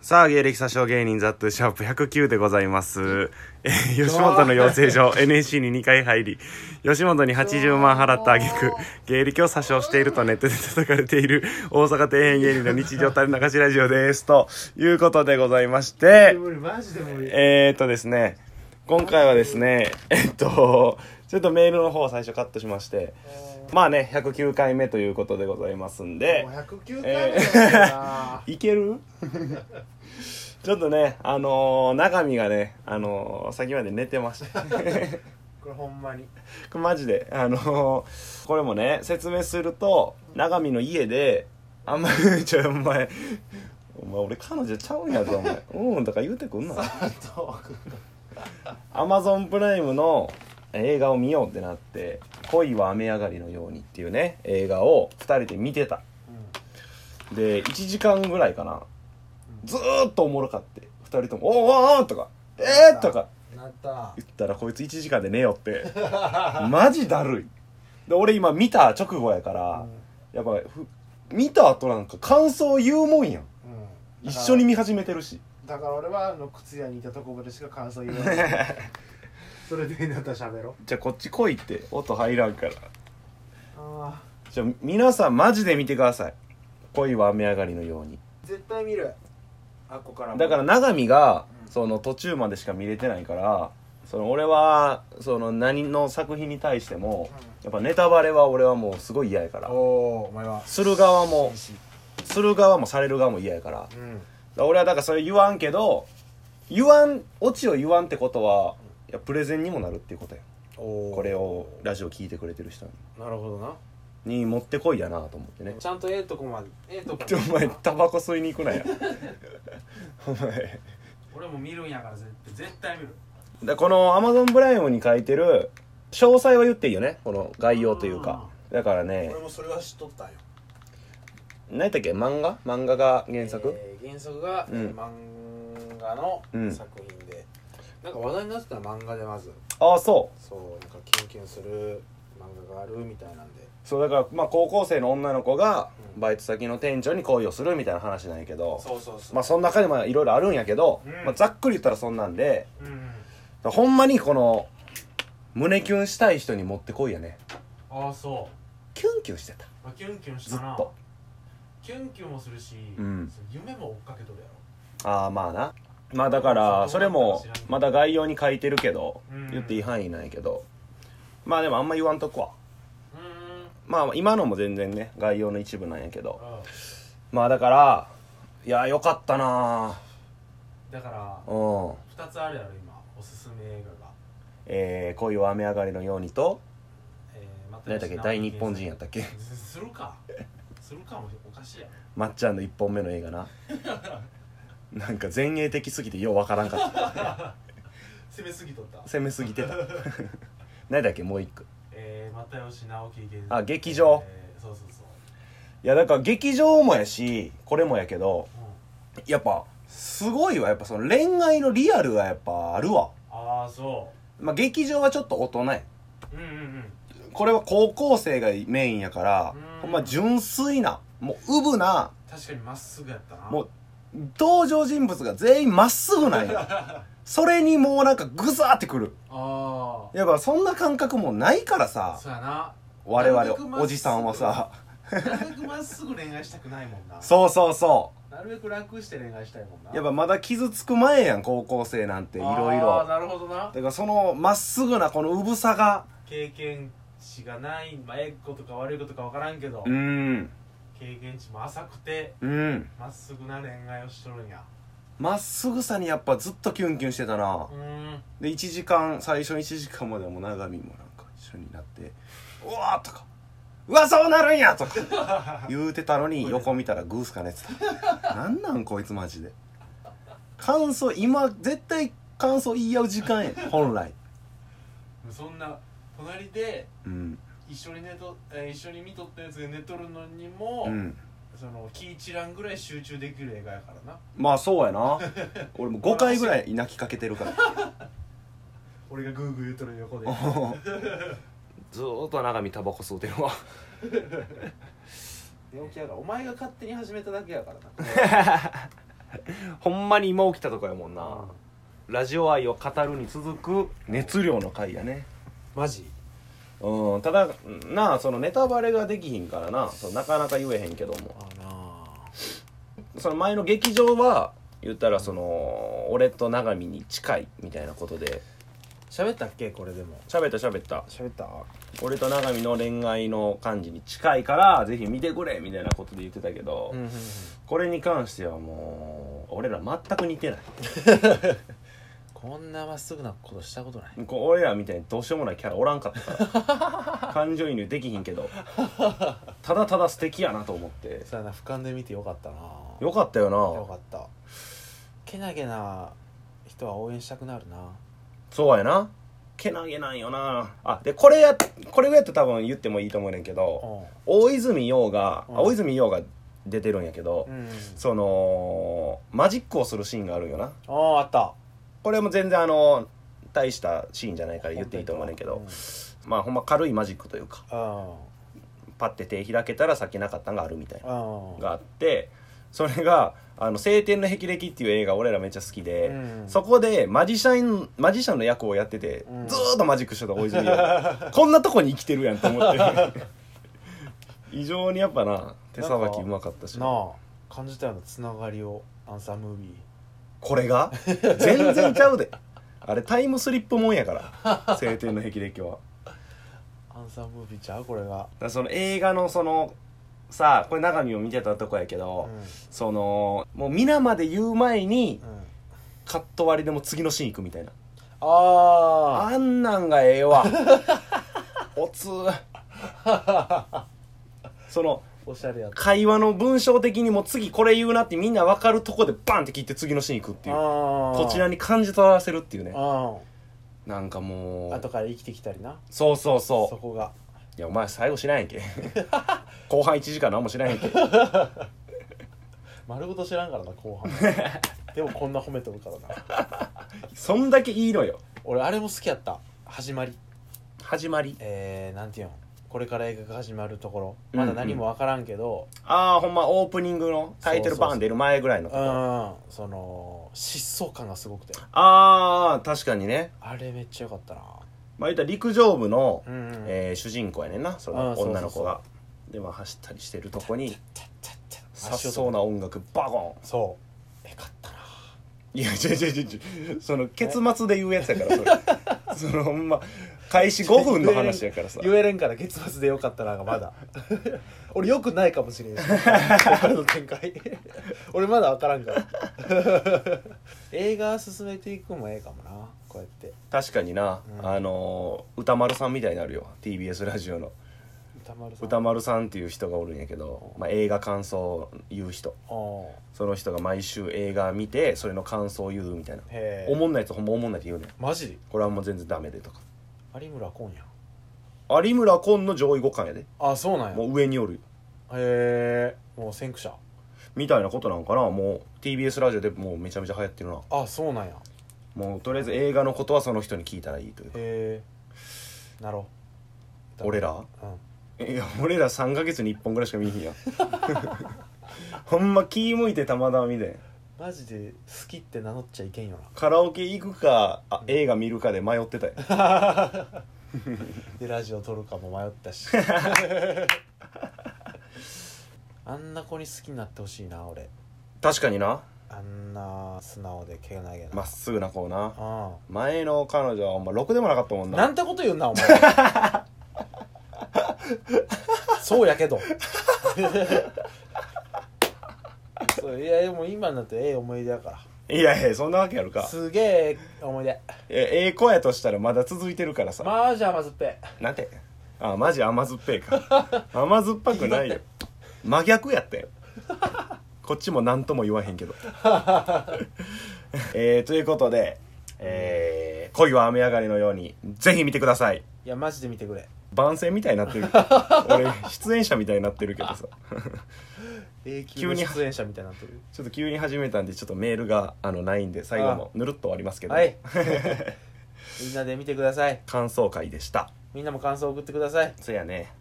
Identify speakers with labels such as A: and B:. A: さあ、芸歴詐称芸人ザットゥシャープ109でございます。えー吉本の養成所 NSC に2回入り、吉本に80万払った挙句、芸歴を詐称しているとネットで叩かれている大阪底辺芸人の日常垂れ流しラジオです。ということでございまして、
B: 無理マジで無理
A: えー、っとですね、今回はですね、えっと、ちょっとメールの方を最初カットしまして、まあね、109回目ということでございますんで
B: もう、109回目だから
A: いける ちょっとね、あのー、中身がね、あのー、先まで寝てました。 こ
B: これほんまに
A: れマジで、あのー、これもね、説明すると、中身の家で、あんまり、 ちょ、お前、お前俺彼女ちゃうんやぞ、お前。うんとか言うてくんな。
B: あと
A: アマゾンプライムの映画を見ようってなって「恋は雨上がりのように」っていうね映画を2人で見てたで1時間ぐらいかなずーっとおもろかって2人とも「おーおーおーとか「えー!」とか
B: うんなった
A: 言ったらこいつ1時間で寝よって マジだるいで俺今見た直後やから、やっぱふ見た後なんか感想言うもんやん
B: うん
A: 一緒に見始めてるし
B: だから俺はあの靴屋にいたとこまでしか感想言 わないそれでなったら喋ろ
A: じゃあこっち来いって音入らんから
B: ああ
A: じゃあ皆さんマジで見てください恋は雨上がりのように
B: 絶対見るあっこからも
A: だから永見がその途中までしか見れてないからその俺はその何の作品に対してもやっぱネタバレは俺はもうすごい嫌やから
B: おおお前は
A: する側も
B: 紳士
A: する側もされる側も嫌やからだか
B: うん
A: ら俺はだからそれ言わんけど言わんオチを言わんってことはいやプレゼンにもなるっていうことや
B: お
A: これをラジオ聞いてくれてる人
B: なるほどな
A: にに持ってこいやなと思ってね
B: ゃんとええとこまでええとこ
A: ちょお前タバコ吸いに行くなやお前
B: 俺も見るんやから絶対見る
A: でこの Amazon プライムに書いてる詳細は言っていいよねこの概要というかだからね
C: 俺もそれは知っとったんよ
A: 何やったっけ漫画漫画が原作、
C: えー原作が、
A: うん
C: えー漫画の
A: うん
C: 作品で、なんか話題になってた漫画でまず
A: ああそう
C: そうなんかキュンキュンする漫画があるみたいなんで
A: そうだからまあ高校生の女の子が
C: うん
A: バイト先の店長に恋をするみたいな話なんやけど
C: そうそうそう、
A: まあその中でもいろいろあるんやけど、
B: うん
A: まあ、ざっくり言ったらそんなんで
B: うん
A: ほんまにこの胸キュンしたい人に持ってこいやね
D: ああそ
A: キュンキュンしてた
D: う、まあ、キュンキュンし
A: ずった
D: な
A: と
D: キュンキュンもするし、
A: うん
D: その夢も追っかけとるやろ
A: ああまあなまあだからそれもまだ概要に書いてるけど
D: うん
A: 言っていい範囲なんやけどまあでもあんま言わんとこは
D: うーん
A: まあ今のも全然ね概要の一部なんやけど
D: あ
A: まあだからいやよかったな
D: だから
A: ぁうん
D: 2つあるやろ今おすすめ映画が
A: えー、恋は雨上がりのようにと
D: えー、また
A: 何やったっけ大日本人やったたっけ
D: するかするかもおかしいやろ
A: まっちゃんの1本目の映画 ななんか前衛的すぎてようわからんかっ
D: 攻めすぎとった
A: た攻めすぎてた 何だっけもう一個
D: えー、又吉直樹原
A: あ劇場
D: えー、そうそうそう、
A: いやだから劇場もやしこれもやけど
D: うん、
A: やっぱすごいわやっぱその恋愛のリアルがやっぱあるわ
D: ああそ
A: まあ劇場はちょっと大人や
D: ううんうんうん
A: これは高校生がメインやから
D: うん
A: ほんま純粋なもうウブな
D: 確かにまっすぐやったな
A: もう登場人物が全員まっすぐなんや それにもうなんかグザーってくる
D: あ
A: やっぱそんな感覚もうないから
D: あ
A: さ
D: そうやな
A: 我
D: なるべくま
A: 々
D: っすぐ
A: おじさんはさ
D: なるべくまっすぐ恋愛したくないもんな
A: そうそうそ
D: なるべく楽して恋愛したいもんな
A: うやっぱまだ傷つく前やん高校生なんていろい
D: あー
A: ろ
D: なるほどな
A: だからそのまっすぐなこのウブさが
D: 経験値がないまあええことか悪いことか分からんけど、
A: うん
D: 経験値も浅くて
A: うん
D: まっすぐな恋愛をしとるんや
A: まっすぐさにやっぱずっとキュンキュンしてたな
D: うーん
A: で1時間最初の1時間まではもう永見もなんか一緒になって「うわ!」とか「うわそうなるんや!」とか 言うてたのに横見たらグースかねってたなんなんこいつマジで感想今絶対感想言い合う時 間や本来
D: そんな隣で
A: うん
D: 一緒に寝と、えー一緒に見とったやつが寝とるのにも、
A: うん
D: その気一覧ぐらい集中できる映画やからな
A: まあそうやな俺も5回ぐらい泣きかけてるから
D: 俺がグーグー言うとる横で
A: ずーっと永見タバコ吸うてるわ
D: 寝起きやからお前が勝手に始めただけやからな
A: ほんまに今起きたとこやもんなラジオ愛を語るに続く熱量の回やね
C: マジ
A: うんただなあそのネタバレができひんからなそのなかなか言えへんけども
C: あなあ
A: その前の劇場は言ったらその俺と永見に近いみたいなことで
C: 喋ったっけこれでも
A: 喋った喋った
C: 喋った
A: 俺と永見の恋愛の感じに近いからぜひ見てくれみたいなことで言ってたけど、
C: うん
A: これに関してはもう俺ら全く似てない
C: こんなまっすぐなことしたことない
A: こう俺らみたいにどうしようもないキャラおらんかったから感情移入できひんけどただただ素敵やなと思って
C: さあな俯瞰で見てよかったなよ
A: よかったよな
C: かったけなげな人は応援したくなるな
A: そうやなけなげなんよなあでこれやこれぐらいやって多分言ってもいいと思うねんけど
C: う
A: 大泉洋が、
C: うん
A: あ大泉洋が出てるんやけど、
C: ん、うん、
A: そのマジックをするシーンがあるんよな
C: あああった
A: これも全然あの大したシーンじゃないから言っていいと思うねんけど、まあほんま軽いマジックというか
C: うん
A: パッて手開けたらさっきなかったんがあるみたいな
C: うん
A: があってそれが「あの晴天の霹靂」っていう映画俺らめっちゃ好きで、
C: うん
A: そこでマジシャンマジシャンの役をやってて、
C: うん
A: ずーっとマジックしてた大泉洋こんなとこに生きてるやんと思って 異常にやっぱな手さばきうまかったし
C: なあ感じたようなつながりをアンサームービ
A: これが全然ちゃうであれタイムスリップもんや から晴天の霹靂は。
C: ーアンサームービーちゃうこれが
A: だからその映画のそのさあこれ中身を見てたとこやけ
C: う
A: ど、
C: ん
A: そのもう皆まで言う前に
C: うん
A: カット割りでも次のシーン行くみたいな
C: あ
A: あんなんがええ わおつその
C: ーおしゃれやった
A: 会話の文章的にも次これ言うなってみんな分かるとこでバンって切って次のシーン行くっていう
C: あ
A: こちら
C: に
A: に感じ取らせるっていうね
C: う
A: なんかも
C: ん後
A: う
C: から生きてきたりな
A: そうそうそう
C: そこが
A: いやお前最後しないんけ 後半1時間何もしないんけ
C: 丸ごと知らんからな後半でもこんな褒めとるからな
A: そんだけいいのよ
C: 俺あれも好きやった始まり
A: 始まり
C: えー、なんていうんこれから映画が始まるところ
A: うん
C: まだ何も分からんけど、
A: ああほんまオープニングのタイトルバーン出る前ぐらいの
C: う
A: ところ
C: ん、その疾走感がすごくて
A: ああ確かにね
C: あれめっちゃ良かったな
A: まあ言ったら陸上部の、
C: うんうん
A: えー主人公やねんなそ
C: あ
A: の
C: ーそうそうそう
A: 女の子がでまあ走ったりしてるとこにさっ
C: 足音
A: そうな音楽バコ
C: そうえかったな
A: ンいや違う違う違う違うその結末で言うやつやから それそのほんま開始5分の話やからさ
C: 言えれんから月末でよかったながま だ俺よくないかもしれんしここからの展開 俺まだ分から んから映画進めていくのもええかもなこうやって
A: 確かにな、
C: うん
A: あのー歌丸さんみたいになるよ TBS ラジオの
C: 歌丸さん
A: 歌丸さんっていう人がおるんやけど、まあ、映画感想を言う人
C: おう
A: その人が毎週映画見てそれの感想を言うみたいな
C: へ
A: お
C: え
A: もんないやつほんまおもんないって言うねん
C: マジ
A: これはもう全然ダメでとか
C: 有村昆やん
A: 有村昆の上位互換やで
C: あそうなんや
A: もう上におる
C: へえもう先駆者
A: みたいなことなんかなもう TBS ラジオでもうめちゃめちゃ流行ってるな
C: あそうなんや
A: もうとりあえず映画のことはその人に聞いたらいいというか
C: へえなろう
A: 俺ら
C: うん
A: いや俺ら3ヶ月に1本ぐらいしか見えへんやん ほんま気向いてたまたま見てん
C: マジで好きって名乗っちゃいけんよな
A: カラオケ行くかあ映画見るかで迷ってたよ
C: でラジオ撮るかも迷ったし あんな子に好きになってほしいな俺
A: 確かにな
C: あんな素直でけなげな
A: まっすぐな子な
C: あ
A: 前の彼女はほんまろくでもなかったもん
C: ん
A: な
C: なんてこと言うんな お前そうやけど そういやでも今になってええ思い出やか
A: いやいやそんなわけやる
C: ら
A: か
C: すげえ思い出
A: えええ子やとしたらまだ続いてるからさ、
C: マージ甘酸っぱい
A: なんてあマジ甘酸っぱい か甘酸っぱくないよ真逆やったよこっちも何とも言わへんけ どえー、ということで、えー恋は雨上がりのようにぜひ見てください
C: いやマジで見てくれ
A: 番宣みたいになって る俺出演者みたいになってるけどさ
C: 永久に出演者みたいになってる
A: ちょっと急に始めたんでちょっとメールがあのないんで最後もぬるっと終わりますけど、
C: はいみんなで見てください
A: 感想会でした
C: みんなも感想送ってください
A: そやね